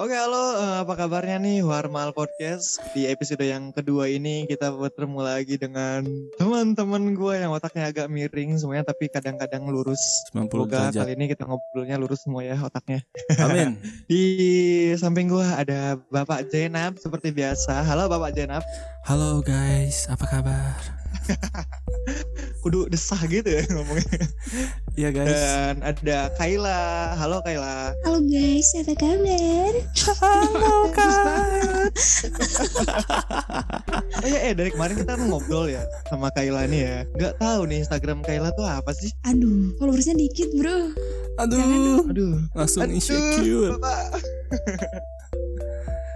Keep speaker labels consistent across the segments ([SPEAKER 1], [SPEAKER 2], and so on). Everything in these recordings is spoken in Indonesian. [SPEAKER 1] Oke, halo. eh, Apa kabarnya nih Warmal Podcast? Di episode yang kedua ini kita bertemu lagi dengan teman-teman gue yang otaknya agak miring semuanya tapi kadang-kadang lurus.
[SPEAKER 2] 90
[SPEAKER 1] Semoga
[SPEAKER 2] derajat.
[SPEAKER 1] kali ini kita ngobrolnya lurus semua ya otaknya.
[SPEAKER 2] Amin.
[SPEAKER 1] Di samping gue ada Bapak Jenab seperti biasa. Halo Bapak Jenab.
[SPEAKER 2] Halo guys, apa kabar?
[SPEAKER 1] Kudu desah gitu ya ngomongnya.
[SPEAKER 2] Iya guys.
[SPEAKER 1] Dan ada Kaila. Halo Kaila.
[SPEAKER 3] Halo guys, apa kabar?
[SPEAKER 2] Halo guys.
[SPEAKER 1] Oh iya, eh dari kemarin kita ngobrol ya sama Kaila nih ya. Gak tahu nih Instagram Kaila tuh apa sih?
[SPEAKER 3] Aduh, followersnya dikit bro.
[SPEAKER 2] Aduh,
[SPEAKER 1] Aduh.
[SPEAKER 2] langsung
[SPEAKER 1] Aduh,
[SPEAKER 2] insecure.
[SPEAKER 1] Bapak.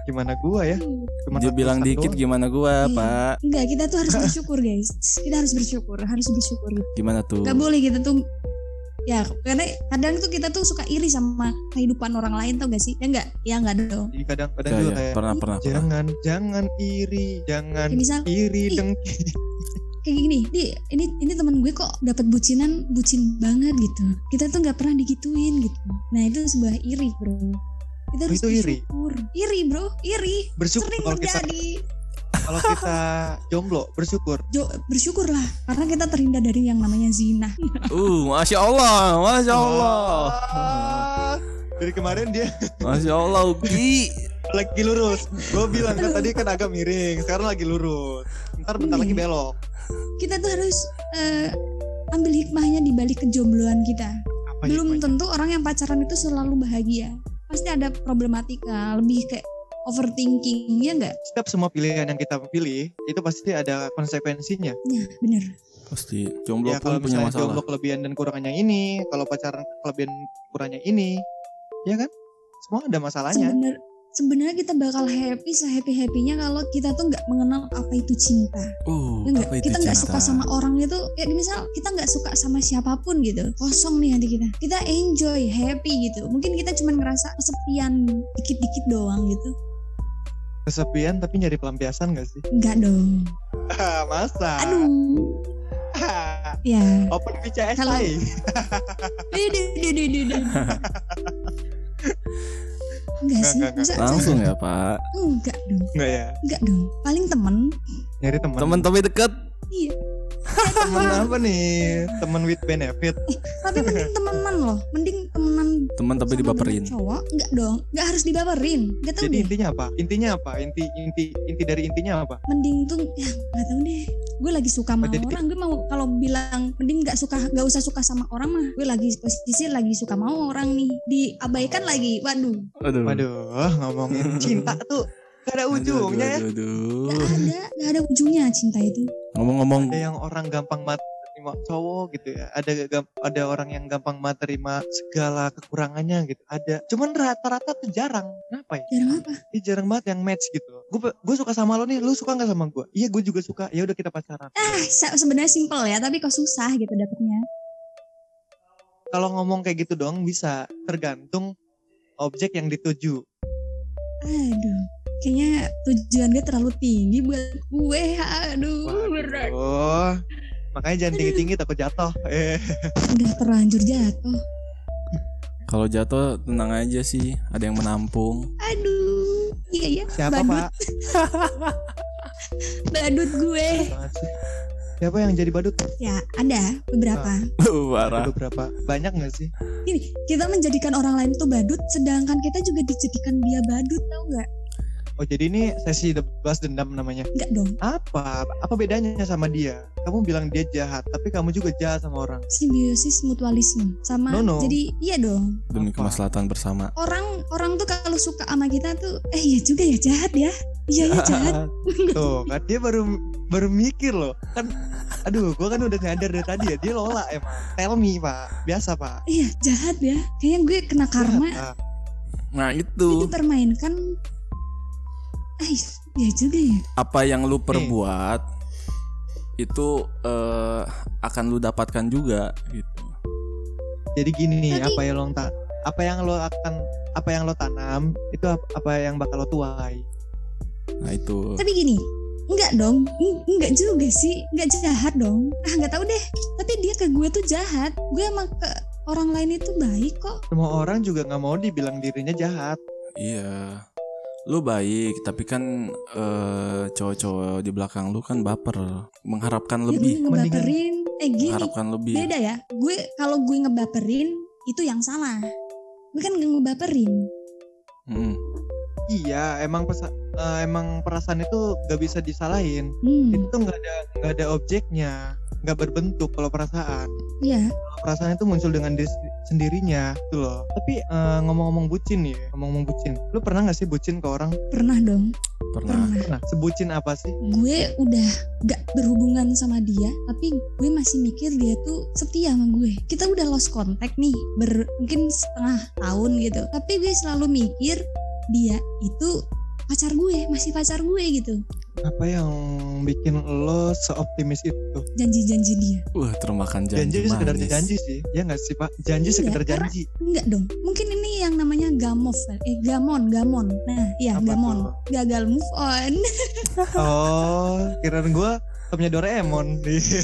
[SPEAKER 1] gimana gua ya? Cuma
[SPEAKER 2] Dia bilang
[SPEAKER 1] ratusan
[SPEAKER 2] dikit
[SPEAKER 1] doang.
[SPEAKER 2] gimana gua,
[SPEAKER 3] Iya.
[SPEAKER 2] Pak?
[SPEAKER 3] Enggak, kita tuh harus bersyukur guys. Kita harus bersyukur, harus bersyukur.
[SPEAKER 2] Gimana tuh?
[SPEAKER 3] Gak boleh kita tuh Ya, karena kadang tuh kita tuh suka iri sama kehidupan orang lain tau gak sih? Ya enggak, ya enggak dong.
[SPEAKER 1] Jadi kadang-kadang
[SPEAKER 2] Ya,
[SPEAKER 1] juga
[SPEAKER 2] ya,
[SPEAKER 1] kayak gitu,
[SPEAKER 2] Pernah, pernah, pernah.
[SPEAKER 1] jangan jangan iri, jangan
[SPEAKER 3] Kayak misal
[SPEAKER 1] iri
[SPEAKER 3] ih.
[SPEAKER 1] dengki.
[SPEAKER 3] kayak gini, di ini ini teman gue kok dapat bucinan bucin banget gitu. Kita tuh nggak pernah digituin gitu. Nah itu sebuah iri bro. Kita harus
[SPEAKER 1] Oh, Itu iri?
[SPEAKER 3] bersyukur. Iri bro, iri.
[SPEAKER 1] Bersyukur
[SPEAKER 3] Sering
[SPEAKER 1] kalau kita
[SPEAKER 3] terjadi.
[SPEAKER 1] kalau kita jomblo bersyukur.
[SPEAKER 3] Jo, bersyukurlah karena kita terhindar dari yang namanya zina.
[SPEAKER 2] Uh, masya Allah, masya
[SPEAKER 1] Oh.
[SPEAKER 2] Allah,
[SPEAKER 1] Ah, Dari kemarin dia
[SPEAKER 2] masya Allah, Ugi.
[SPEAKER 1] lagi lurus. Gue bilang kan tadi kan agak miring, sekarang lagi lurus. Ntar bentar lagi belok.
[SPEAKER 3] Kita tuh harus eh, ambil hikmahnya di balik kejombloan kita.
[SPEAKER 1] Apa ya
[SPEAKER 3] Belum
[SPEAKER 1] hikmahnya?
[SPEAKER 3] tentu orang yang pacaran itu selalu bahagia. Pasti ada problematika, lebih kayak overthinking ya enggak?
[SPEAKER 1] Setiap semua pilihan yang kita pilih itu pasti ada konsekuensinya.
[SPEAKER 3] Nah, bener.
[SPEAKER 2] Pasti jomblo
[SPEAKER 1] ya kalau
[SPEAKER 2] pun punya
[SPEAKER 1] misalnya
[SPEAKER 2] masalah.
[SPEAKER 1] jomblo kelebihan dan kurangannya ini kalau pacaran kelebihan kurangannya ini ya kan semua ada masalahnya
[SPEAKER 3] Sebener- sebenarnya kita bakal happy sehappy happynya kalau kita tuh nggak mengenal apa itu cinta.
[SPEAKER 2] Uh,
[SPEAKER 3] Ya nggak?
[SPEAKER 2] apa itu
[SPEAKER 3] kita nggak
[SPEAKER 2] cinta?
[SPEAKER 3] suka sama orang itu ya misal kita nggak suka sama siapapun gitu kosong nih hati kita kita enjoy happy gitu mungkin kita cuma ngerasa kesepian dikit-dikit doang gitu
[SPEAKER 1] kesepian tapi nyari pelampiasan gak sih
[SPEAKER 3] nggak dong
[SPEAKER 1] Ah, masa
[SPEAKER 3] aduh ya
[SPEAKER 1] open BCS
[SPEAKER 3] Kalau-
[SPEAKER 1] ay.
[SPEAKER 3] Duh, duh, duh, duh, duh. nggak sih
[SPEAKER 1] Nggak, nggak,
[SPEAKER 3] Masa-
[SPEAKER 2] Langsung ya Pak.
[SPEAKER 3] nggak dong
[SPEAKER 1] nggak ya
[SPEAKER 3] nggak dong paling temen
[SPEAKER 1] nyari teman
[SPEAKER 2] Temen tapi deket.
[SPEAKER 3] iya
[SPEAKER 1] teman apa nih teman with benefit
[SPEAKER 3] tapi mending temenan loh mending temenan
[SPEAKER 2] Temen tapi
[SPEAKER 3] sama
[SPEAKER 2] dibaperin.
[SPEAKER 3] banyak cowok nggak dong nggak harus dibaperin nggak tahu
[SPEAKER 1] jadi
[SPEAKER 3] deh
[SPEAKER 1] intinya apa intinya apa inti inti inti dari intinya apa
[SPEAKER 3] mending tuh ya nggak tahu deh gue lagi suka sama
[SPEAKER 1] Oh, jadi-
[SPEAKER 3] orang gue mau kalau bilang mending nggak suka nggak usah suka sama orang mah gue lagi posisi lagi suka mau orang nih diabaikan lagi waduh
[SPEAKER 2] Aduh.
[SPEAKER 1] waduh ngomongin cinta tuh gak ada ujungnya ya
[SPEAKER 2] Aduh, aduh,
[SPEAKER 3] nggak
[SPEAKER 2] aduh.
[SPEAKER 3] ada nggak ada ujungnya cinta itu
[SPEAKER 2] Ngomong-ngomong,
[SPEAKER 1] ada yang orang gampang mat terima cowok gitu ya ada gam- ada orang yang gampang mat terima segala kekurangannya gitu ada cuman rata-rata tuh jarang kenapa ya
[SPEAKER 3] jarang apa
[SPEAKER 1] Ih, jarang banget yang match gitu gue gue suka sama lo nih lu suka nggak sama gue iya gue juga suka ya udah kita pacaran
[SPEAKER 3] ah se- sebenarnya simple ya tapi kok susah gitu dapetnya
[SPEAKER 1] kalau ngomong kayak gitu doang bisa tergantung objek yang dituju
[SPEAKER 3] aduh kayaknya tujuan gue terlalu tinggi buat gue aduh berat
[SPEAKER 1] oh makanya jangan tinggi-tinggi takut jatuh eh
[SPEAKER 3] udah terlanjur jatuh
[SPEAKER 2] kalau jatuh tenang aja sih. Ada yang menampung.
[SPEAKER 3] aduh iya iya
[SPEAKER 1] siapa
[SPEAKER 3] badut
[SPEAKER 1] pak
[SPEAKER 3] badut gue
[SPEAKER 1] Banget sih. siapa yang jadi badut
[SPEAKER 3] ya ada beberapa
[SPEAKER 2] Parah.
[SPEAKER 1] ada beberapa banyak nggak sih
[SPEAKER 3] Gini, kita menjadikan orang lain tuh badut, sedangkan kita juga dijadikan dia badut, tau nggak?
[SPEAKER 1] oh jadi ini sesi bebas dendam namanya
[SPEAKER 3] Nggak dong,
[SPEAKER 1] apa apa bedanya sama dia kamu bilang dia jahat tapi kamu juga jahat sama orang
[SPEAKER 3] simbiosis mutualisme sama.
[SPEAKER 1] No, no.
[SPEAKER 3] Jadi iya dong,
[SPEAKER 2] Demi
[SPEAKER 1] Apa?
[SPEAKER 2] kemaslahatan bersama.
[SPEAKER 3] orang orang tuh kalau suka sama kita tuh, eh iya juga ya jahat ya, iya ya jahat.
[SPEAKER 1] tuh kan dia baru baru mikir loh kan aduh gua kan udah nyadar dari tadi ya dia lola emang tell me pak biasa pak
[SPEAKER 3] Iya jahat ya, kayaknya gue kena karma
[SPEAKER 1] Jahat, Pak.
[SPEAKER 2] Nah
[SPEAKER 3] itu
[SPEAKER 2] itu
[SPEAKER 3] dipermainkan. Eh iya juga ya,
[SPEAKER 2] apa yang lu perbuat itu eh, akan lu dapatkan juga gitu.
[SPEAKER 1] jadi gini
[SPEAKER 3] Tapi-
[SPEAKER 1] apa yang lo ta- apa yang lo akan apa yang lo tanam itu ap- apa yang bakal lo tuai
[SPEAKER 2] Nah itu
[SPEAKER 3] tapi gini. Enggak dong, Eng- enggak juga sih, enggak jahat dong. Ah nggak tahu deh, tapi dia ke gue tuh jahat, gue emang ke orang lain itu baik kok.
[SPEAKER 1] semua orang juga nggak mau dibilang dirinya jahat
[SPEAKER 2] Iya. Lu baik, tapi kan eh, cowok-cowok di belakang lu kan baper, mengharapkan
[SPEAKER 3] Ya,
[SPEAKER 2] lebih,
[SPEAKER 3] gue ngebaperin eh gini
[SPEAKER 2] mengharapkan lebih.
[SPEAKER 3] beda ya gue kalau gue ngebaperin itu yang salah gue kan gak ngebaperin
[SPEAKER 2] Mm-mm.
[SPEAKER 1] Iya, emang pesa- eh, emang perasaan itu gak bisa disalahin. Itu
[SPEAKER 3] hmm
[SPEAKER 1] tuh nggak ada nggak ada objeknya, nggak berbentuk kalau perasaan.
[SPEAKER 3] iya
[SPEAKER 1] Kalau Perasaan itu muncul dengan diri sendi- sendirinya, gitu loh. Tapi eh, ngomong-ngomong bucin ya, ngomong-ngomong bucin. Lu pernah nggak sih bucin ke orang?
[SPEAKER 3] pernah dong
[SPEAKER 2] Pernah.
[SPEAKER 3] pernah
[SPEAKER 1] Pernah. Sebucin apa sih?
[SPEAKER 3] gue udah gak berhubungan sama dia tapi gue masih mikir dia tuh setia sama gue kita udah lost contact nih ber- mungkin setengah tahun gitu tapi gue selalu mikir dia itu pacar gue masih pacar gue gitu
[SPEAKER 1] Apa yang bikin lo seoptimis itu?
[SPEAKER 3] janji-janji dia
[SPEAKER 2] Wah, termakan janji,
[SPEAKER 1] Janji, sekedar
[SPEAKER 2] manis.
[SPEAKER 1] janji sih, ya nggak sih pak? Janji
[SPEAKER 3] Iya,
[SPEAKER 1] sekedar
[SPEAKER 3] karena-
[SPEAKER 1] janji.
[SPEAKER 3] enggak dong mungkin ini yang namanya gamov eh gamon gamon nah iya
[SPEAKER 1] Apa
[SPEAKER 3] gamon gagal move on
[SPEAKER 1] Oh, kirain gue temennya Doraemon.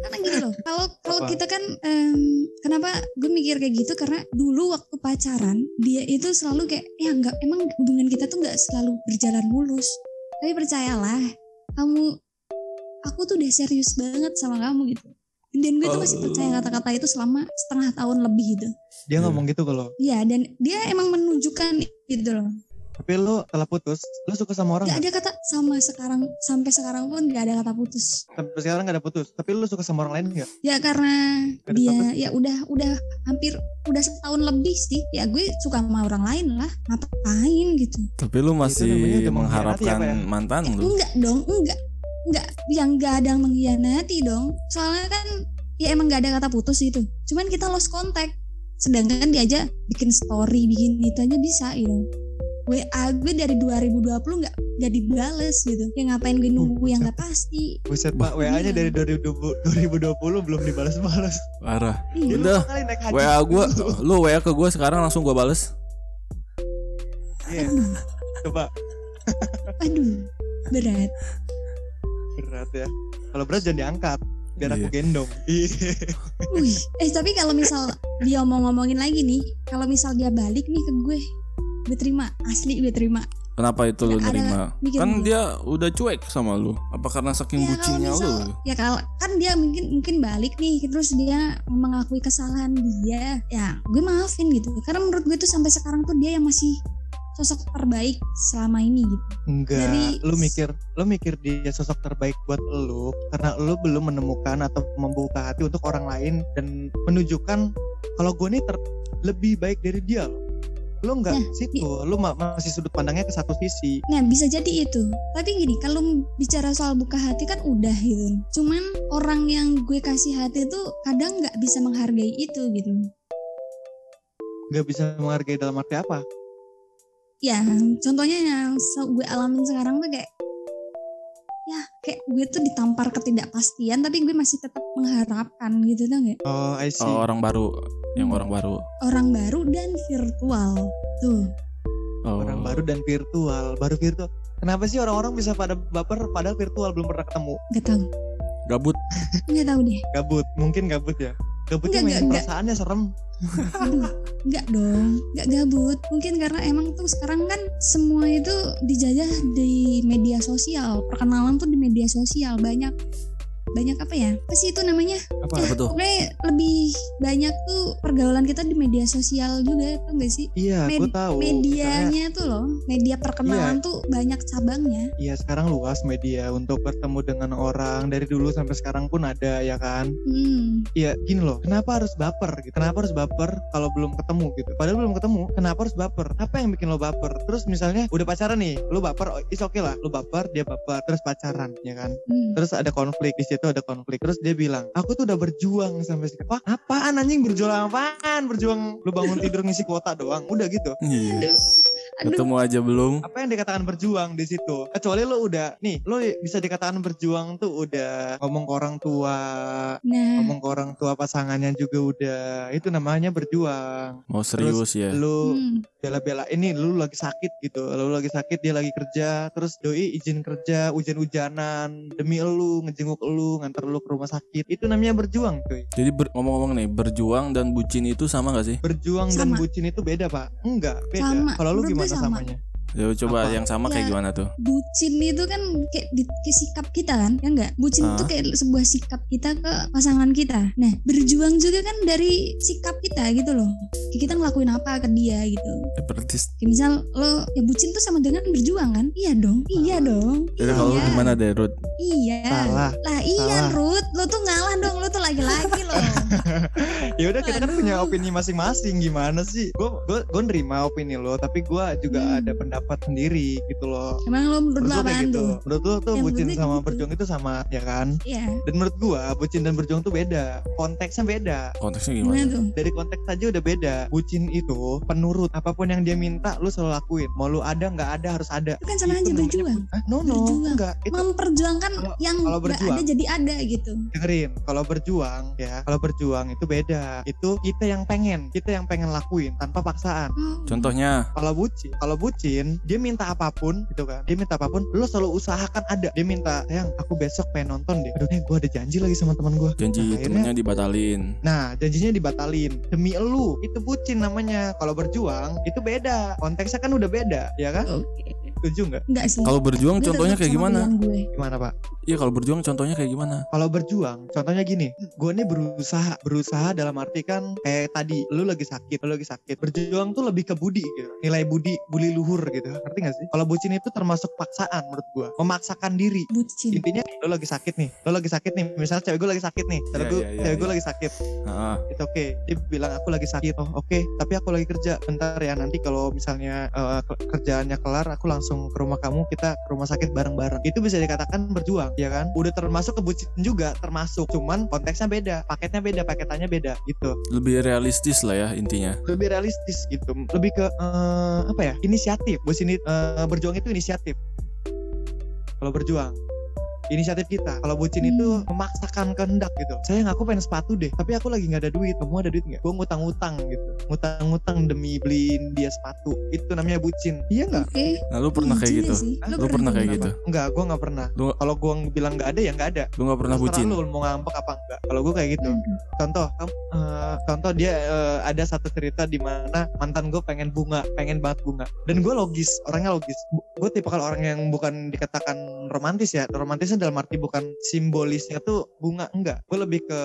[SPEAKER 3] karena gitu loh kalau kalau
[SPEAKER 1] Apa?
[SPEAKER 3] kita kan em, kenapa gue mikir kayak gitu karena dulu waktu pacaran dia itu selalu kayak ya nggak emang hubungan kita tuh nggak selalu berjalan mulus tapi percayalah kamu aku tuh udah serius banget sama kamu gitu dan gue tuh masih
[SPEAKER 2] Oh.
[SPEAKER 3] percaya kata-kata itu selama setengah tahun lebih gitu
[SPEAKER 1] Dia
[SPEAKER 2] Iya.
[SPEAKER 1] ngomong gitu kalau.
[SPEAKER 3] ya dan dia emang menunjukkan gitu loh
[SPEAKER 1] Tapi lo telah putus, lo suka sama orang
[SPEAKER 3] nggak
[SPEAKER 1] nggak?
[SPEAKER 3] ada kata sama sekarang sampai sekarang pun nggak ada kata putus
[SPEAKER 1] Sampai sekarang gak ada putus. Tapi lo suka sama orang lain nggak?
[SPEAKER 3] ya karena
[SPEAKER 1] Karena
[SPEAKER 3] dia
[SPEAKER 1] apa?
[SPEAKER 3] ya udah udah hampir udah setahun lebih sih ya gue suka sama orang lain lah ngapain gitu
[SPEAKER 2] Tapi lu
[SPEAKER 1] namanya
[SPEAKER 2] masih
[SPEAKER 1] udah mengkhianati
[SPEAKER 2] mengharapkan
[SPEAKER 1] apa ya?
[SPEAKER 2] mantan
[SPEAKER 3] Eh,
[SPEAKER 2] lu.
[SPEAKER 3] enggak dong enggak enggak yang gak ada yang mengkhianati dong soalnya kan ya emang gak ada kata putus itu cuman kita lost contact sedangkan dia aja bikin story bikin itu aja bisa gitu WA gue dari 2020 nggak nggak dibales gitu ya ngapain gue nunggu yang nggak pasti
[SPEAKER 1] Buset pak,
[SPEAKER 3] Bah,
[SPEAKER 1] WA-nya dari 2020, 2020 belum dibalas-balas.
[SPEAKER 2] Parah.
[SPEAKER 3] Iya.
[SPEAKER 1] Dulu
[SPEAKER 2] Udah,
[SPEAKER 1] kali naik haji.
[SPEAKER 2] WA gua, lu WA ke gua sekarang langsung gua bales.
[SPEAKER 1] Iya, coba
[SPEAKER 3] aduh berat
[SPEAKER 1] berat ya. Kalau berat jangan diangkat, biar aku
[SPEAKER 2] Iya.
[SPEAKER 1] gendong. Iya.
[SPEAKER 3] Wih, eh tapi kalau misal dia mau ngomongin lagi nih, kalau misal dia balik nih ke gue, gue terima, asli gue terima.
[SPEAKER 2] Kenapa itu lu
[SPEAKER 3] Ada-
[SPEAKER 2] nerima?
[SPEAKER 3] mikir
[SPEAKER 2] Kan
[SPEAKER 3] dulu.
[SPEAKER 2] dia udah cuek sama lu. Apa karena saking
[SPEAKER 3] Ya kalau
[SPEAKER 2] bucinnya
[SPEAKER 3] misal,
[SPEAKER 2] lu?
[SPEAKER 3] ya kalau kan dia mungkin mungkin balik nih, terus dia mengakui kesalahan dia, ya gue maafin gitu. Karena menurut gue tuh sampai sekarang tuh dia yang masih sosok terbaik selama ini gitu.
[SPEAKER 1] Enggak,
[SPEAKER 3] Dari-
[SPEAKER 1] lu mikir, lu mikir dia sosok terbaik buat lu karena lu belum menemukan atau membuka hati untuk orang lain dan menunjukkan kalau gue nih ter- lebih baik dari dia loh. Lu enggak
[SPEAKER 3] Nah,
[SPEAKER 1] situ, lu ma- masih sudut pandangnya ke satu sisi.
[SPEAKER 3] Nah bisa jadi itu. Tapi gini, kalau bicara soal buka hati kan udah gitu. Cuman orang yang gue kasih hati tuh kadang nggak bisa menghargai itu gitu.
[SPEAKER 1] Enggak bisa menghargai dalam arti apa?
[SPEAKER 3] ya contohnya yang se- gue alamin sekarang tuh kayak ya kayak gue tuh ditampar ketidakpastian tapi gue masih tetap mengharapkan gitu tuh nggak
[SPEAKER 1] Oh, I see.
[SPEAKER 2] Oh, orang baru,
[SPEAKER 3] Hmm.
[SPEAKER 2] yang orang baru.
[SPEAKER 3] orang baru dan virtual tuh
[SPEAKER 2] Oh.
[SPEAKER 1] Orang baru dan virtual, baru virtual. Kenapa sih orang-orang bisa pada baper padahal virtual belum pernah ketemu?
[SPEAKER 3] nggak tahu
[SPEAKER 2] gabut.
[SPEAKER 3] nggak tahu deh
[SPEAKER 1] Gabut, mungkin gabut ya. Gabutnya
[SPEAKER 3] Enggak,
[SPEAKER 1] main
[SPEAKER 3] enggak,
[SPEAKER 1] perasaannya serem.
[SPEAKER 3] Aduh, nggak dong nggak gabut mungkin karena emang tuh sekarang kan semua itu dijajah di media sosial perkenalan tuh di media sosial banyak banyak apa ya apa sih itu namanya
[SPEAKER 1] Apa?
[SPEAKER 2] Apa tuh?
[SPEAKER 3] Pokoknya lebih banyak tuh pergaulan kita di media sosial juga tuh gak sih?
[SPEAKER 1] Iya,
[SPEAKER 3] Med-
[SPEAKER 1] gue tahu. Misalnya,
[SPEAKER 3] Medianya tuh loh, media perkenalan tuh banyak cabangnya.
[SPEAKER 1] Iya, sekarang luas media untuk bertemu dengan orang dari dulu sampai sekarang pun ada ya kan.
[SPEAKER 3] Hmm.
[SPEAKER 1] Iya, gini loh. Kenapa harus baper? gitu? Kenapa harus baper kalau belum ketemu gitu? Padahal belum ketemu, kenapa harus baper? Apa yang bikin lo baper? Terus misalnya udah pacaran nih, lo baper, oh, is okay lah. Lo baper, dia baper, terus pacaran, ya kan?
[SPEAKER 3] hmm.
[SPEAKER 1] terus ada konflik di situ ada konflik terus dia bilang aku tuh udah berjuang sampai sekarang Wah, apaan anjing berjuang apaan berjuang lu bangun tidur ngisi kuota doang udah gitu
[SPEAKER 2] Iya.
[SPEAKER 3] Aduh, Aduh.
[SPEAKER 2] ketemu aja belum
[SPEAKER 1] apa yang dikatakan berjuang di situ kecuali lo udah nih lo bisa dikatakan berjuang tuh udah ngomong ke orang tua
[SPEAKER 3] Nah,
[SPEAKER 1] ngomong ke orang tua pasangannya juga udah itu namanya berjuang
[SPEAKER 2] mau serius ya
[SPEAKER 1] lo
[SPEAKER 3] hmm.
[SPEAKER 1] bela-bela ini lu lagi sakit gitu lu lagi sakit dia lagi kerja terus doi izin kerja hujan-hujanan demi lu ngejenguk lu nganter lu ke rumah sakit itu namanya berjuang cuy
[SPEAKER 2] jadi ber- ngomong-ngomong nih berjuang dan bucin itu sama gak sih
[SPEAKER 1] berjuang dan
[SPEAKER 3] Sama.
[SPEAKER 1] bucin itu beda pak enggak beda
[SPEAKER 3] Sama.
[SPEAKER 1] kalau lu
[SPEAKER 3] Menurut gue
[SPEAKER 1] gimana
[SPEAKER 3] sama.
[SPEAKER 1] samanya
[SPEAKER 2] Yo, coba
[SPEAKER 1] Apa?
[SPEAKER 2] yang sama kayak
[SPEAKER 3] Ya.
[SPEAKER 2] gimana tuh
[SPEAKER 3] bucin itu kan kayak, di, kayak sikap kita kan ya enggak bucin
[SPEAKER 2] Ah.
[SPEAKER 3] itu kayak sebuah sikap kita ke pasangan kita nah berjuang juga kan dari sikap kita gitu loh kayak kita ngelakuin apa ke dia gitu
[SPEAKER 2] ya, berarti
[SPEAKER 3] kayak misal lo ya bucin tuh sama dengan berjuang kan iya dong iya dong
[SPEAKER 2] Ah. Jadi Ya, kalau lu
[SPEAKER 3] Iya.
[SPEAKER 2] gimana deh Ruth?
[SPEAKER 3] iya
[SPEAKER 1] salah
[SPEAKER 3] lah iya
[SPEAKER 1] Salah.
[SPEAKER 3] Ruth lo tuh ngalah dong lo tuh laki-laki lo
[SPEAKER 1] ya udah kita kan
[SPEAKER 3] Aduh.
[SPEAKER 1] punya opini masing-masing gimana sih gue gue gue nerima opini lo tapi gue juga
[SPEAKER 3] Hmm.
[SPEAKER 1] ada pendapat sendiri gitu loh
[SPEAKER 3] emang lo
[SPEAKER 1] menurut gue
[SPEAKER 3] menurut lo
[SPEAKER 1] kayak
[SPEAKER 3] apaan
[SPEAKER 1] gitu
[SPEAKER 3] tuh
[SPEAKER 1] menurut lo tuh
[SPEAKER 3] Yang
[SPEAKER 1] bucin
[SPEAKER 3] penting
[SPEAKER 1] sama
[SPEAKER 3] gitu.
[SPEAKER 1] berjuang itu sama ya kan
[SPEAKER 3] iya
[SPEAKER 1] dan menurut gue bucin dan berjuang tuh beda konteksnya beda
[SPEAKER 2] Konteksnya
[SPEAKER 3] gimana
[SPEAKER 2] gimana?
[SPEAKER 3] tuh
[SPEAKER 1] dari konteks aja udah beda bucin itu penurut apapun yang dia minta lu selalu lakuin mau lu ada nggak ada harus ada
[SPEAKER 3] itu kan
[SPEAKER 1] Itu
[SPEAKER 3] sama aja
[SPEAKER 1] namanya
[SPEAKER 3] berjuang
[SPEAKER 1] ah no no
[SPEAKER 3] Berjuang.
[SPEAKER 1] enggak itu
[SPEAKER 3] memperjuangkan
[SPEAKER 1] Kalau-
[SPEAKER 3] yang
[SPEAKER 1] kalau
[SPEAKER 3] nggak
[SPEAKER 1] berjuang.
[SPEAKER 3] ada jadi ada gitu
[SPEAKER 1] dengerin kalau berjuang ya kalau berjuang itu beda itu kita yang pengen kita yang pengen lakuin tanpa paksaan
[SPEAKER 3] Oh.
[SPEAKER 2] Contohnya
[SPEAKER 1] kalau bucin kalau bucin dia minta apapun gitu kan dia minta apapun lu selalu usahakan ada dia minta sayang aku besok pengen nonton deh aduh eh gue ada janji lagi sama teman gue
[SPEAKER 2] janji
[SPEAKER 1] Akhirnya-
[SPEAKER 2] temennya dibatalin.
[SPEAKER 1] Nah, janjinya dibatalin demi elu. Itu bucin namanya. Kalau berjuang itu beda. Konteksnya kan udah beda, ya kan?
[SPEAKER 3] Oke.
[SPEAKER 1] Setuju nggak?
[SPEAKER 3] Enggak sih.
[SPEAKER 2] Kalau berjuang
[SPEAKER 3] Gue
[SPEAKER 2] contohnya kayak
[SPEAKER 3] tetep sama
[SPEAKER 2] gimana?
[SPEAKER 3] pilihan gue.
[SPEAKER 1] Gimana, Pak?
[SPEAKER 2] Iya kalau berjuang contohnya kayak gimana?
[SPEAKER 1] Kalau berjuang, contohnya gini, gue nih berusaha, berusaha dalam arti kan kayak tadi, lu lagi sakit, lu lagi sakit. Berjuang tuh lebih ke budi gitu, nilai budi, budi luhur gitu. Ngerti gak sih? Kalau bucin itu termasuk paksaan menurut gue, memaksakan diri.
[SPEAKER 3] Bucin.
[SPEAKER 1] Intinya lu lagi sakit nih, lu lagi sakit nih. Misalnya cewek gue lagi sakit nih, cewek
[SPEAKER 2] Iya,
[SPEAKER 1] gue
[SPEAKER 2] iya, iya,
[SPEAKER 1] cewek gue
[SPEAKER 2] iya.
[SPEAKER 1] lagi sakit.
[SPEAKER 2] Ah,
[SPEAKER 1] itu oke dia bilang aku lagi sakit oh oke tapi aku lagi kerja bentar ya nanti kalau misalnya eh, ke- kerjaannya kelar aku langsung ke rumah kamu kita ke rumah sakit bareng-bareng itu bisa dikatakan berjuang ya kan udah termasuk kebucin juga termasuk cuman konteksnya beda paketnya beda paketannya beda gitu
[SPEAKER 2] lebih realistis lah ya intinya.
[SPEAKER 1] lebih realistis gitu lebih ke eh, apa ya inisiatif bos ini eh, berjuang itu inisiatif kalau berjuang inisiatif kita kalau bucin itu
[SPEAKER 3] Hmm.
[SPEAKER 1] memaksakan kehendak gitu sayang aku pengen sepatu deh tapi aku lagi nggak ada duit kamu ada duit nggak gue ngutang-ngutang gitu ngutang-ngutang demi beliin dia sepatu itu namanya bucin iya nggak
[SPEAKER 3] Oke.
[SPEAKER 2] Nah lu pernah
[SPEAKER 3] Bucin
[SPEAKER 2] kayak
[SPEAKER 3] ya
[SPEAKER 2] gitu?
[SPEAKER 3] sih.
[SPEAKER 1] Hah?
[SPEAKER 3] Lo
[SPEAKER 2] Lu pernah kayak gitu?
[SPEAKER 1] nggak gue nggak pernah
[SPEAKER 2] Lu-
[SPEAKER 1] kalau gue bilang nggak ada ya nggak ada
[SPEAKER 2] Lu nggak pernah
[SPEAKER 1] Terserah
[SPEAKER 2] bucin?
[SPEAKER 1] lu mau ngambek apa enggak kalau gue kayak gitu
[SPEAKER 3] Aduh.
[SPEAKER 1] contoh kamu, eh, contoh dia eh, ada satu cerita di mana mantan gue pengen bunga pengen banget bunga dan gue logis orangnya logis gue tipe kalau orang yang bukan dikatakan romantis ya romantisnya dalam arti bukan simbolisnya tuh bunga enggak gue lebih ke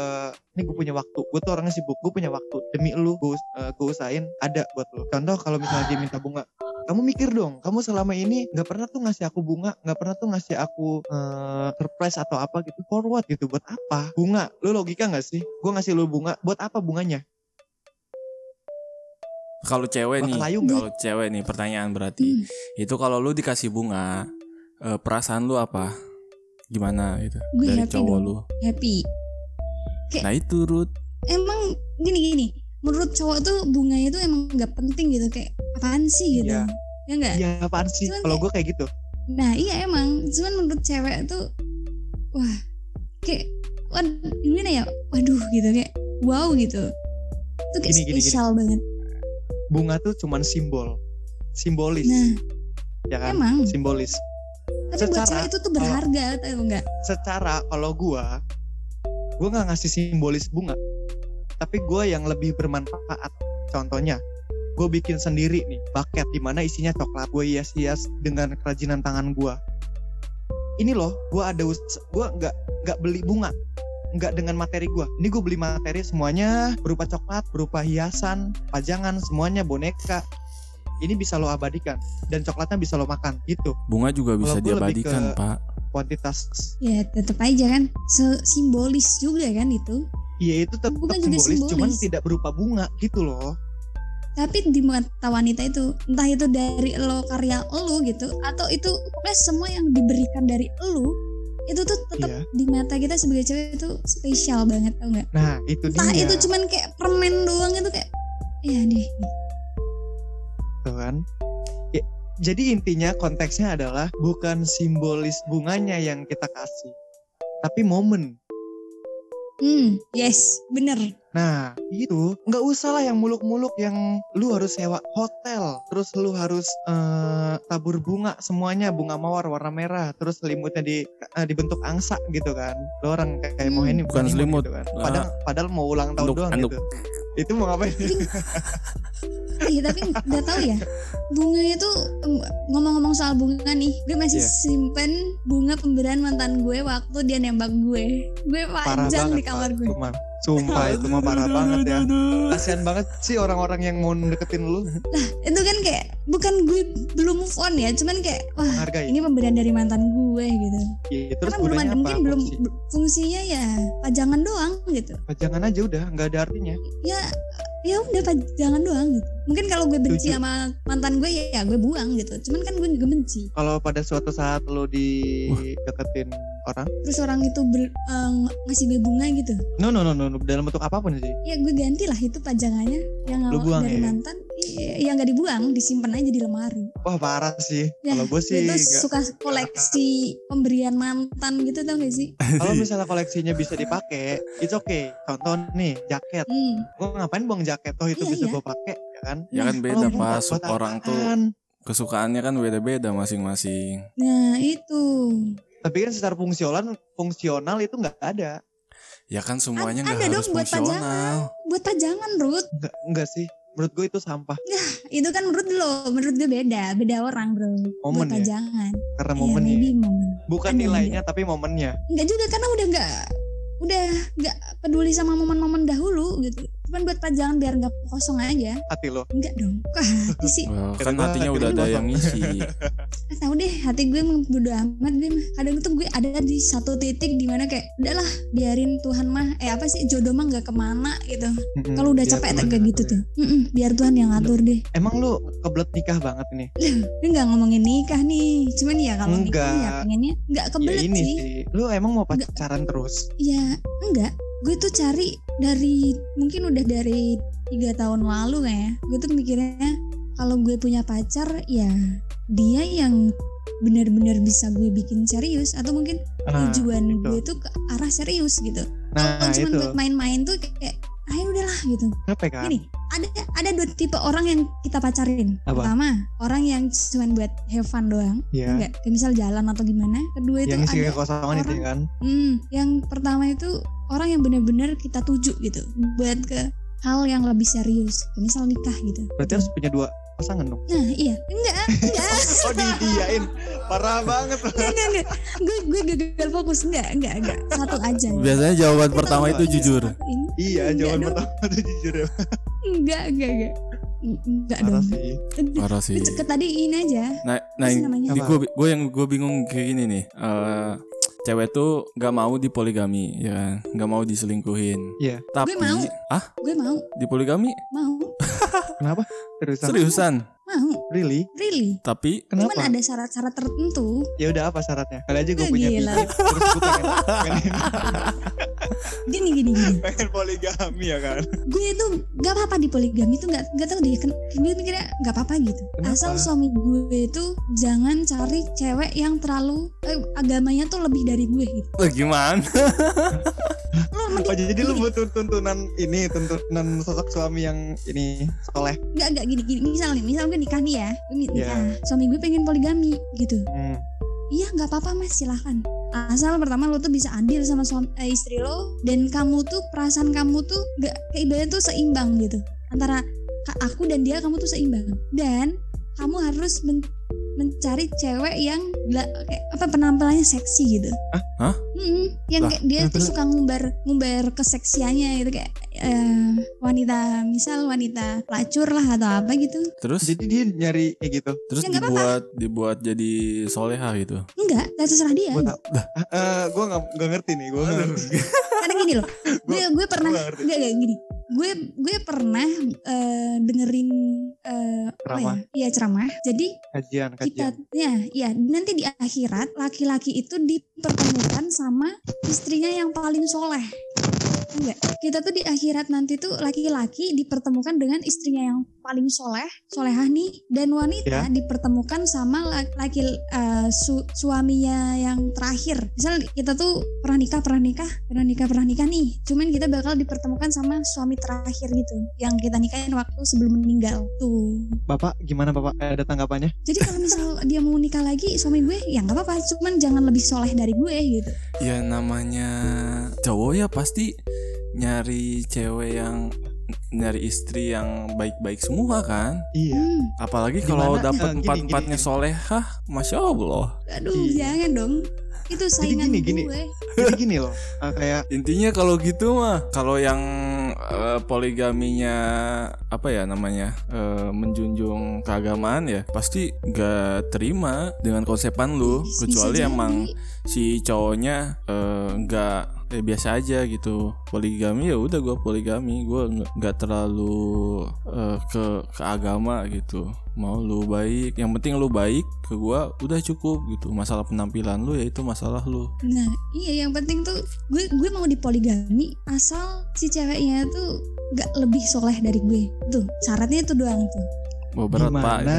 [SPEAKER 1] ini gue punya waktu gue tuh orangnya sibuk gue punya waktu demi lu gue eh, gue usahain ada buat lu contoh kalau misalnya dia minta bunga kamu mikir dong kamu selama ini nggak pernah tuh ngasih aku bunga nggak pernah tuh ngasih aku eh, surprise atau apa gitu forward gitu buat apa bunga lu logika nggak sih gue ngasih lu bunga buat apa bunganya
[SPEAKER 2] Kalau cewek
[SPEAKER 1] Bakal
[SPEAKER 2] nih,
[SPEAKER 1] layu nggak?
[SPEAKER 2] kalau cewek nih pertanyaan berarti
[SPEAKER 3] Hmm.
[SPEAKER 2] itu kalau lu dikasih bunga, eh, perasaan lu apa? Gimana gitu?
[SPEAKER 3] Gue
[SPEAKER 2] Dari
[SPEAKER 3] happy
[SPEAKER 2] cowok
[SPEAKER 3] dong.
[SPEAKER 2] lu.
[SPEAKER 3] Happy.
[SPEAKER 2] Nah itu Ruth
[SPEAKER 3] Emang gini gini. Menurut cowok tuh bunga itu emang nggak penting gitu kayak apaan sih gitu.
[SPEAKER 1] Iya.
[SPEAKER 3] Ya enggak?
[SPEAKER 1] ya apaan sih
[SPEAKER 3] Cuman
[SPEAKER 1] kalau gue kayak gitu
[SPEAKER 3] Nah, iya emang. Cuman menurut cewek tuh wah kayak waduh, gimana ya? Waduh gitu kayak wow gitu. Itu kayak
[SPEAKER 1] Gini, gini, gini.
[SPEAKER 3] spesial banget.
[SPEAKER 1] bunga tuh cuman simbol simbolis
[SPEAKER 3] Nah,
[SPEAKER 1] ya kan
[SPEAKER 3] emang.
[SPEAKER 1] simbolis
[SPEAKER 3] Tapi
[SPEAKER 1] secara-
[SPEAKER 3] buat cewek itu tuh berharga, tau enggak?
[SPEAKER 1] secara kalau gua gua nggak ngasih simbolis bunga tapi gua yang lebih bermanfaat contohnya gue bikin sendiri nih bucket di mana isinya coklat gue hias-hias dengan kerajinan tangan gua ini loh gua ada us- gua nggak nggak beli bunga nggak dengan materi gua ini gue beli materi semuanya berupa coklat berupa hiasan pajangan semuanya boneka ini bisa lo abadikan dan coklatnya bisa lo makan gitu
[SPEAKER 2] bunga juga bisa
[SPEAKER 1] gue lebih
[SPEAKER 2] diabadikan
[SPEAKER 1] ke-
[SPEAKER 2] pak.
[SPEAKER 1] kuantitas
[SPEAKER 3] Ya tetap aja kan, Se- simbolis juga kan itu.
[SPEAKER 1] Iya itu tetap
[SPEAKER 3] Bukan juga
[SPEAKER 1] simbolis, cuman
[SPEAKER 3] simbolis.
[SPEAKER 1] tidak berupa bunga gitu loh.
[SPEAKER 3] Tapi di mata wanita itu, entah itu dari lo karya lo gitu, atau itu pokoknya semua yang diberikan dari lo, itu tuh
[SPEAKER 1] Iya.
[SPEAKER 3] tetap di mata kita sebagai cewek itu spesial banget tau nggak?
[SPEAKER 1] Nah itu
[SPEAKER 3] Hmm. Entah
[SPEAKER 1] dia.
[SPEAKER 3] itu cuman kayak permen doang itu kayak, ya deh.
[SPEAKER 1] Tuh gitu kan. Ya, jadi intinya konteksnya adalah bukan simbolis bunganya yang kita kasih, tapi momen.
[SPEAKER 3] Hmm, yes, bener.
[SPEAKER 1] Nah, itu nggak usah lah yang muluk-muluk yang lu harus sewa hotel, terus lu harus eh, tabur bunga semuanya bunga mawar warna merah, terus selimutnya di eh, dibentuk angsa gitu kan. Lu orang kayak kayak mau
[SPEAKER 3] Hmm.
[SPEAKER 1] ini
[SPEAKER 2] Bukan
[SPEAKER 1] ini,
[SPEAKER 2] selimut.
[SPEAKER 1] gitu kan.
[SPEAKER 2] Nah.
[SPEAKER 1] Padahal padahal mau ulang tahun
[SPEAKER 2] Anduk,
[SPEAKER 1] doang
[SPEAKER 2] anduk.
[SPEAKER 1] gitu. Itu mau ngapain?
[SPEAKER 3] Iya tapi nggak tahu ya bunga itu em, ngomong-ngomong soal bunga nih gue masih
[SPEAKER 1] Iya.
[SPEAKER 3] simpen bunga pemberian mantan gue waktu dia nembak gue gue
[SPEAKER 1] Parah
[SPEAKER 3] panjang
[SPEAKER 1] banget
[SPEAKER 3] di kamar
[SPEAKER 1] Pak.
[SPEAKER 3] gue
[SPEAKER 1] Itu mah. Sumpah itu mah parah banget ya. Kasian banget sih orang-orang yang mau deketin lu
[SPEAKER 3] itu kan kayak bukan gue belum move on ya cuman kayak wah
[SPEAKER 1] menghargai.
[SPEAKER 3] ini pemberian dari mantan gue gitu
[SPEAKER 1] Iya, terus
[SPEAKER 3] karena belum
[SPEAKER 1] gunanya
[SPEAKER 3] ada
[SPEAKER 1] apa?
[SPEAKER 3] mungkin belum
[SPEAKER 1] Fungsi?
[SPEAKER 3] b- fungsinya ya pajangan doang gitu
[SPEAKER 1] Ah, Jangan aja udah, nggak ada artinya.
[SPEAKER 3] ya ya udah pajangan doang gitu mungkin kalau gue benci
[SPEAKER 1] Setuju.
[SPEAKER 3] sama mantan gue ya, ya gue buang gitu cuman kan gue juga benci
[SPEAKER 1] Kalau pada suatu saat lo dideketin orang,
[SPEAKER 3] terus orang itu ber- eh, ngasih gue bunga gitu
[SPEAKER 1] no no no no, no. dalam bentuk apapun sih.
[SPEAKER 3] ya gue ganti lah itu pajangannya yang
[SPEAKER 1] Lu
[SPEAKER 3] awal
[SPEAKER 1] buang ya?
[SPEAKER 3] dari mantan iya, yang nggak dibuang disimpan aja di lemari
[SPEAKER 1] Wah parah sih.
[SPEAKER 3] Ya,
[SPEAKER 1] Kalau gue
[SPEAKER 3] gue
[SPEAKER 1] sih, nggak.
[SPEAKER 3] tuh suka koleksi pemberian mantan gitu tau gak sih
[SPEAKER 1] kalau misalnya koleksinya bisa dipakai, it's okay. Contoh nih, jaket.
[SPEAKER 3] hmm.
[SPEAKER 1] Gue ngapain buang jaket? Oh itu
[SPEAKER 3] Iya,
[SPEAKER 1] bisa
[SPEAKER 3] iya.
[SPEAKER 1] gue pakai, ya kan?
[SPEAKER 2] ya kan beda
[SPEAKER 1] Kalau buang
[SPEAKER 2] pas
[SPEAKER 1] buat
[SPEAKER 2] orang tuh
[SPEAKER 1] apaan?
[SPEAKER 2] kesukaannya kan beda-beda masing-masing
[SPEAKER 3] nah itu
[SPEAKER 1] Tapi kan secara fungsional, fungsional itu nggak ada.
[SPEAKER 2] ya kan semuanya
[SPEAKER 3] Ada-
[SPEAKER 2] nggak
[SPEAKER 3] ada
[SPEAKER 2] harus
[SPEAKER 3] dong buat
[SPEAKER 2] fungsional
[SPEAKER 3] buat pajangan Ruth
[SPEAKER 1] Nggak nggak sih. Menurut gue itu sampah
[SPEAKER 3] itu kan menurut lo menurut gue beda beda orang bro buat
[SPEAKER 1] momen ya,
[SPEAKER 3] pajangan
[SPEAKER 1] karena
[SPEAKER 3] Iya,
[SPEAKER 1] momennya.
[SPEAKER 3] maybe Kan momen ya.
[SPEAKER 1] Bukan
[SPEAKER 3] Ada
[SPEAKER 1] nilainya tapi momennya.
[SPEAKER 3] nggak juga karena udah nggak udah nggak peduli sama momen-momen dahulu gitu cuman buat pajangan biar nggak kosong aja
[SPEAKER 1] Hati lo.
[SPEAKER 3] enggak dong kok hati sih
[SPEAKER 2] Well,
[SPEAKER 1] Kata
[SPEAKER 2] kan
[SPEAKER 1] gua
[SPEAKER 2] hatinya
[SPEAKER 1] hati
[SPEAKER 2] udah
[SPEAKER 1] lu
[SPEAKER 2] ada
[SPEAKER 1] kosong.
[SPEAKER 2] yang ngisi
[SPEAKER 3] Ah, tahu deh hati gue emang bodo amat gue mah. kadang tuh gue ada di satu titik dimana kayak udahlah biarin Tuhan mah eh apa sih jodoh mah nggak kemana gitu
[SPEAKER 1] Hmm,
[SPEAKER 3] kalau udah capek tak kayak gitu tuh
[SPEAKER 1] ya.
[SPEAKER 3] Mm-mm, biar Tuhan yang ngatur deh
[SPEAKER 1] Iya, Emang lu kebelet nikah banget Ya nih.
[SPEAKER 3] gue nggak ngomongin nikah nih cuman ya kalau nikah ya
[SPEAKER 1] Enggak.
[SPEAKER 3] pengennya nggak
[SPEAKER 1] Ya
[SPEAKER 3] kebelet
[SPEAKER 1] ini
[SPEAKER 3] sih.
[SPEAKER 1] sih. Lu emang mau
[SPEAKER 3] Nggak.
[SPEAKER 1] pacaran terus?
[SPEAKER 3] ya enggak gue tuh cari dari mungkin udah dari tiga tahun lalu kayaknya gue tuh mikirnya kalau gue punya pacar ya dia yang benar-benar bisa gue bikin serius atau mungkin
[SPEAKER 1] Nah,
[SPEAKER 3] tujuan
[SPEAKER 1] itu.
[SPEAKER 3] gue tuh ke arah serius gitu
[SPEAKER 1] Nah
[SPEAKER 3] kalau cuma
[SPEAKER 1] itu
[SPEAKER 3] buat main-main tuh kayak ayo udahlah gitu
[SPEAKER 1] capek kan?
[SPEAKER 3] gini ada ada dua tipe orang yang kita pacarin
[SPEAKER 1] Apa?
[SPEAKER 3] pertama orang yang cuma buat have fun doang
[SPEAKER 1] Ya.
[SPEAKER 3] enggak kayak misal jalan atau gimana kedua itu
[SPEAKER 1] Yang isi
[SPEAKER 3] ada
[SPEAKER 1] kekosongan itu
[SPEAKER 3] orang-
[SPEAKER 1] kan?
[SPEAKER 3] Hmm, yang pertama itu orang yang benar-benar kita tuju gitu buat ke hal yang lebih serius, kayak misal nikah gitu.
[SPEAKER 1] Berarti harus punya dua pasangan dong.
[SPEAKER 3] Nah iya, enggak, enggak,
[SPEAKER 1] Oh diiyain. Parah banget.
[SPEAKER 3] enggak, enggak, enggak. Gue gue gagal fokus, enggak, enggak, enggak. Satu aja.
[SPEAKER 2] biasanya jawaban pertama
[SPEAKER 1] nggak?
[SPEAKER 2] itu jujur
[SPEAKER 3] Satu ini.
[SPEAKER 1] Iya,
[SPEAKER 3] Enggak
[SPEAKER 1] jawaban
[SPEAKER 3] dong.
[SPEAKER 1] pertama itu jujur ya.
[SPEAKER 3] Enggak, enggak, enggak. Enggak
[SPEAKER 1] Parah
[SPEAKER 3] dong.
[SPEAKER 1] sih.
[SPEAKER 3] Udah,
[SPEAKER 2] parah sih
[SPEAKER 3] Ke ke tadi ini aja.
[SPEAKER 2] nah nah
[SPEAKER 3] Apa sih namanya?
[SPEAKER 1] Apa?
[SPEAKER 2] gue gue yang gue bingung kayak gini nih Eh, cewek tuh nggak mau dipoligami ya kan nggak mau diselingkuhin
[SPEAKER 1] Iya.
[SPEAKER 2] tapi
[SPEAKER 3] mau.
[SPEAKER 2] ah
[SPEAKER 3] Gue mau,
[SPEAKER 2] dipoligami
[SPEAKER 3] mau,
[SPEAKER 1] Kenapa? Terusan.
[SPEAKER 2] seriusan
[SPEAKER 3] mau,
[SPEAKER 1] Really?
[SPEAKER 3] really.
[SPEAKER 2] tapi
[SPEAKER 3] Cuman
[SPEAKER 1] Kenapa?
[SPEAKER 3] ada syarat-syarat tertentu.
[SPEAKER 1] Ya udah apa syaratnya? Kali aja gue
[SPEAKER 3] Eh,
[SPEAKER 1] punya
[SPEAKER 3] gila.
[SPEAKER 1] bini. Terus gue pengen, pengen,
[SPEAKER 3] Gini, gini, gini.
[SPEAKER 1] pengen poligami ya kan?
[SPEAKER 3] gue itu nggak apa-apa di poligami itu nggak nggak tahu deh ken- gue mikirnya nggak apa-apa gitu
[SPEAKER 1] Kenapa?
[SPEAKER 3] asal suami gue itu jangan cari cewek yang terlalu eh, agamanya tuh lebih dari gue gitu
[SPEAKER 2] eh, gimana
[SPEAKER 3] lo mending
[SPEAKER 1] Oh jadi lu butuh tuntunan ini, tuntunan sosok suami yang ini soleh.
[SPEAKER 3] nggak nggak gini gini misal nih misal gue nikah nih ya gue nikah
[SPEAKER 1] Iya.
[SPEAKER 3] suami gue pengen poligami gitu
[SPEAKER 1] Hmm.
[SPEAKER 3] iya nggak apa-apa mas silahkan asal pertama lo tuh bisa adil sama suami eh, istri lo dan kamu tuh perasaan kamu tuh nggak keibaratnya tuh seimbang gitu antara ka- aku dan dia kamu tuh seimbang dan kamu harus men- mencari cewek yang gla- kayak apa penampilannya seksi gitu
[SPEAKER 2] Hah? Hah?
[SPEAKER 3] Mm-mm. yang
[SPEAKER 2] Lah,
[SPEAKER 3] kayak dia tuh
[SPEAKER 1] penampilan-
[SPEAKER 3] suka ngumbar ngumbar keseksiannya gitu kayak eh, wanita misal wanita pelacur lah atau apa gitu
[SPEAKER 2] terus
[SPEAKER 1] Jadi dia nyari kayak gitu.
[SPEAKER 2] terus
[SPEAKER 3] Ya, nggak apa-apa.
[SPEAKER 2] dibuat dibuat jadi soleha gitu
[SPEAKER 3] enggak terserah dia
[SPEAKER 1] Gua tak- Eh, gue gak, ngerti nih, gue gak ngerti.
[SPEAKER 3] karena gini loh gue gue pernah
[SPEAKER 1] gua ngerti.
[SPEAKER 3] gak, gini gue gue pernah eh, dengerin eh, apa
[SPEAKER 1] Ceramah.
[SPEAKER 3] ya? iya ceramah jadi
[SPEAKER 1] Kajian,
[SPEAKER 3] kita
[SPEAKER 1] kajian.
[SPEAKER 3] ya ya nanti di akhirat laki-laki itu dipertemukan sama istrinya yang paling soleh enggak kita tuh di akhirat nanti tuh laki-laki dipertemukan dengan istrinya yang paling soleh solehah nih dan
[SPEAKER 1] Ya.
[SPEAKER 3] wanita dipertemukan sama la- laki eh, su- suaminya yang terakhir misal kita tuh pernah nikah pernah nikah pernah nikah pernah nikah nih cuman kita bakal dipertemukan sama suami terakhir gitu yang kita nikahin waktu sebelum meninggal tuh
[SPEAKER 1] Bapak gimana Bapak Eh, ada tanggapannya?
[SPEAKER 3] jadi kalau misal dia mau nikah lagi suami gue ya nggak apa-apa cuman jangan lebih soleh dari gue gitu
[SPEAKER 2] ya namanya cowok ya pasti nyari cewek yang nyari istri yang baik-baik semua kan
[SPEAKER 1] Iya.
[SPEAKER 3] Hmm,
[SPEAKER 2] apalagi
[SPEAKER 1] Gimana?
[SPEAKER 2] kalau
[SPEAKER 1] Eh,
[SPEAKER 2] dapat
[SPEAKER 1] gini,
[SPEAKER 2] empat empatnya
[SPEAKER 1] gini, gini.
[SPEAKER 2] solehah masya allah
[SPEAKER 3] aduh
[SPEAKER 1] Iya.
[SPEAKER 3] jangan dong itu saingan
[SPEAKER 1] gini, gini.
[SPEAKER 3] gue
[SPEAKER 1] Jadi gini loh, eh, kayak
[SPEAKER 2] intinya kalau gitu mah kalau yang eh, poligaminya apa ya namanya eh, menjunjung keagamaan ya pasti nggak terima dengan konsepan lu
[SPEAKER 3] Bisa
[SPEAKER 2] kecuali
[SPEAKER 3] jadi.
[SPEAKER 2] emang si cowoknya eh, nggak eh, biasa aja gitu poligami ya udah gue poligami gue nggak- nggak terlalu eh, ke ke agama gitu mau lu baik yang penting lu baik ke gue udah cukup gitu masalah penampilan lu ya itu masalah lu
[SPEAKER 3] Nah, iya yang penting tuh gue gue mau dipoligami asal si ceweknya tuh gak lebih soleh dari gue. Tuh, syaratnya itu doang tuh.
[SPEAKER 2] Wah, berat pak ya. gitu.
[SPEAKER 1] dimana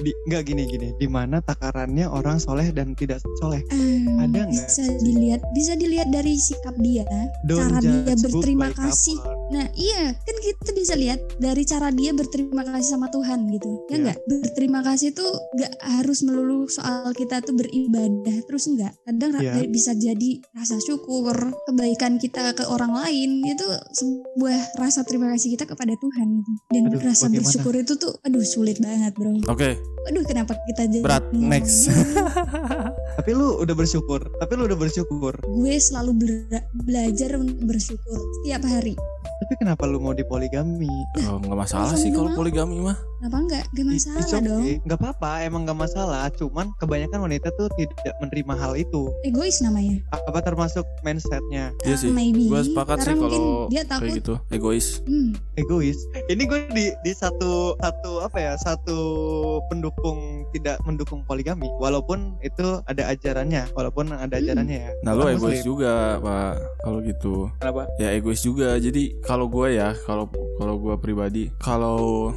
[SPEAKER 1] di, nggak gini gini, dimana takarannya orang soleh dan tidak soleh.
[SPEAKER 3] Ehm,
[SPEAKER 1] Ada nggak?
[SPEAKER 3] Bisa dilihat, bisa dilihat dari sikap dia.
[SPEAKER 1] Don't
[SPEAKER 3] Cara dia
[SPEAKER 1] judge book
[SPEAKER 3] berterima
[SPEAKER 1] by
[SPEAKER 3] kasih.
[SPEAKER 1] cover.
[SPEAKER 3] Nah, iya, kan kita bisa lihat dari cara dia berterima kasih sama Tuhan gitu. Ya
[SPEAKER 1] Iya.
[SPEAKER 3] enggak? Berterima kasih tuh gak harus melulu soal kita tuh beribadah terus enggak. Kadang ra-
[SPEAKER 1] Iya.
[SPEAKER 3] dari- bisa jadi rasa syukur, kebaikan kita ke orang lain itu sebuah rasa terima kasih kita kepada Tuhan gitu. Dan
[SPEAKER 1] Aduh,
[SPEAKER 3] rasa
[SPEAKER 1] bagaimana?
[SPEAKER 3] bersyukur itu tuh aduh sulit banget, Bro.
[SPEAKER 2] oke
[SPEAKER 3] Aduh, kenapa kita jadi
[SPEAKER 2] Berat,
[SPEAKER 3] ngomong
[SPEAKER 2] next.
[SPEAKER 3] gini?
[SPEAKER 1] Tapi lu udah bersyukur. Tapi lu udah bersyukur.
[SPEAKER 3] Gue selalu bela- belajar untuk bersyukur setiap hari.
[SPEAKER 1] Tapi kenapa lu mau dipoligami?
[SPEAKER 2] Eh, nggak masalah
[SPEAKER 3] Kalau
[SPEAKER 2] sih kalau
[SPEAKER 3] mau.
[SPEAKER 2] poligami mah
[SPEAKER 3] Kenapa enggak? Gak
[SPEAKER 1] I-
[SPEAKER 3] masalah
[SPEAKER 1] it's okay.
[SPEAKER 3] dong.
[SPEAKER 1] Nggak apa-apa, emang nggak masalah. Cuman kebanyakan wanita tuh tidak menerima hal itu.
[SPEAKER 3] Egois namanya.
[SPEAKER 1] Apa termasuk mindsetnya?
[SPEAKER 2] Iya sih,
[SPEAKER 3] Maybe.
[SPEAKER 2] gua sepakat
[SPEAKER 3] Karena
[SPEAKER 2] sih
[SPEAKER 3] mungkin
[SPEAKER 2] kalau
[SPEAKER 3] dia takut.
[SPEAKER 2] kayak gitu egois
[SPEAKER 3] Hmm,
[SPEAKER 1] egois. Ini gue di di satu satu apa ya satu pendukung tidak mendukung poligami, walaupun itu ada ajarannya, walaupun ada
[SPEAKER 3] Hmm.
[SPEAKER 1] ajarannya ya.
[SPEAKER 2] nah lu
[SPEAKER 1] Bukan
[SPEAKER 2] egois
[SPEAKER 1] muslim.
[SPEAKER 2] juga pak kalau gitu
[SPEAKER 1] Kenapa?
[SPEAKER 2] ya egois juga jadi kalau gue ya kalau kalau gue pribadi kalau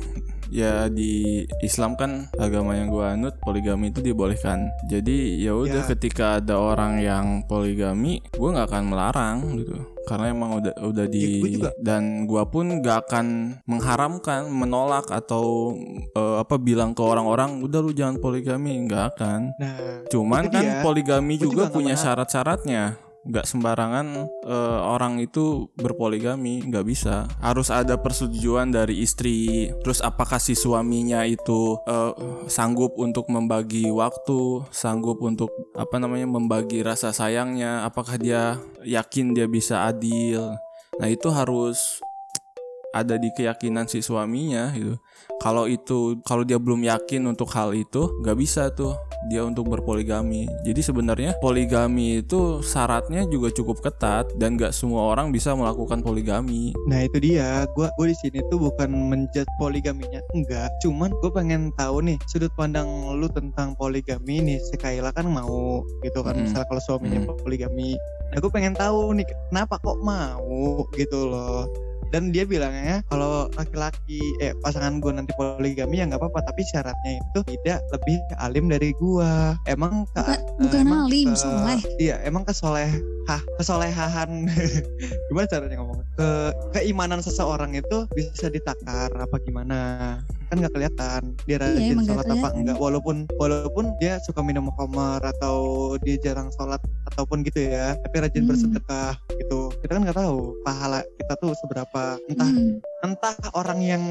[SPEAKER 2] ya di Islam kan agama yang gue anut poligami itu dibolehkan jadi ya udah
[SPEAKER 1] Ya.
[SPEAKER 2] ketika ada orang yang poligami gue nggak akan melarang gitu karena emang udah udah di
[SPEAKER 1] Ya, gua juga.
[SPEAKER 2] dan gue pun gak akan mengharamkan menolak atau eh, apa bilang ke orang-orang udah lu jangan poligami nggak akan
[SPEAKER 1] Nah,
[SPEAKER 2] Cuman
[SPEAKER 1] Itu
[SPEAKER 2] kan
[SPEAKER 1] dia.
[SPEAKER 2] poligami
[SPEAKER 1] Gua juga
[SPEAKER 2] juga,
[SPEAKER 1] nggak
[SPEAKER 2] punya
[SPEAKER 1] pernah.
[SPEAKER 2] syarat-syaratnya. Nggak sembarangan eh, orang itu berpoligami, nggak bisa. Harus ada persetujuan dari istri. Terus apakah si suaminya itu eh, sanggup untuk membagi waktu, sanggup untuk apa namanya membagi rasa sayangnya? Apakah dia yakin dia bisa adil? Nah itu harus ada di keyakinan si suaminya gitu. Kalau itu kalau dia belum yakin untuk hal itu nggak bisa tuh dia untuk berpoligami. Jadi sebenarnya poligami itu syaratnya juga cukup ketat dan nggak semua orang bisa melakukan poligami.
[SPEAKER 1] nah itu dia. Gue gue di sini tuh bukan menjat poligaminya, enggak. Cuman gue pengen tahu nih sudut pandang lu tentang poligami nih. Si Kaila kan mau gitu kan,
[SPEAKER 2] Mm-mm.
[SPEAKER 1] misalnya kalau suaminya
[SPEAKER 2] Mm.
[SPEAKER 1] poligami. Nah gue pengen tahu nih kenapa kok mau gitu loh. dan dia bilangnya kalau laki-laki eh pasangan gue nanti poligami ya nggak apa-apa tapi syaratnya itu tidak lebih alim dari gue emang ke,
[SPEAKER 3] Bukan-
[SPEAKER 1] eh,
[SPEAKER 3] bukan
[SPEAKER 1] emang
[SPEAKER 3] alim,
[SPEAKER 1] ke-
[SPEAKER 3] soleh.
[SPEAKER 1] iya emang kesoleh hah kesolehahan gimana caranya ngomong ke keimanan seseorang itu bisa ditakar apa gimana kan nggak kelihatan dia rajin
[SPEAKER 3] Iya, emang nggak
[SPEAKER 1] sholat apa
[SPEAKER 3] kelihatan.
[SPEAKER 1] enggak walaupun walaupun dia suka minum khamar atau dia jarang sholat ataupun gitu ya tapi rajin
[SPEAKER 3] Hmm.
[SPEAKER 1] bersedekah gitu kita kan nggak tahu pahala kita tuh seberapa entah
[SPEAKER 3] hmm.
[SPEAKER 1] entah orang yang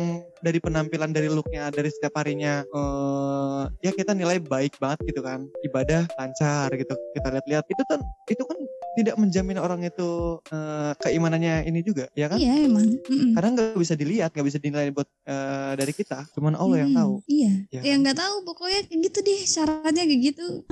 [SPEAKER 1] dari penampilan dari looknya dari setiap harinya eh ya kita nilai baik banget gitu kan ibadah lancar gitu kita lihat-lihat itu kan itu kan tidak menjamin orang itu eh, keimanannya ini juga ya kan
[SPEAKER 3] Iya emang. Mm-mm.
[SPEAKER 1] karena nggak bisa dilihat nggak bisa dinilai buat eh, dari kita cuman Allah yang
[SPEAKER 3] Mm-mm.
[SPEAKER 1] tahu
[SPEAKER 3] Hmm, Iya.
[SPEAKER 1] ya
[SPEAKER 3] Ya nggak tahu pokoknya kayak gitu deh syaratnya kayak gitu.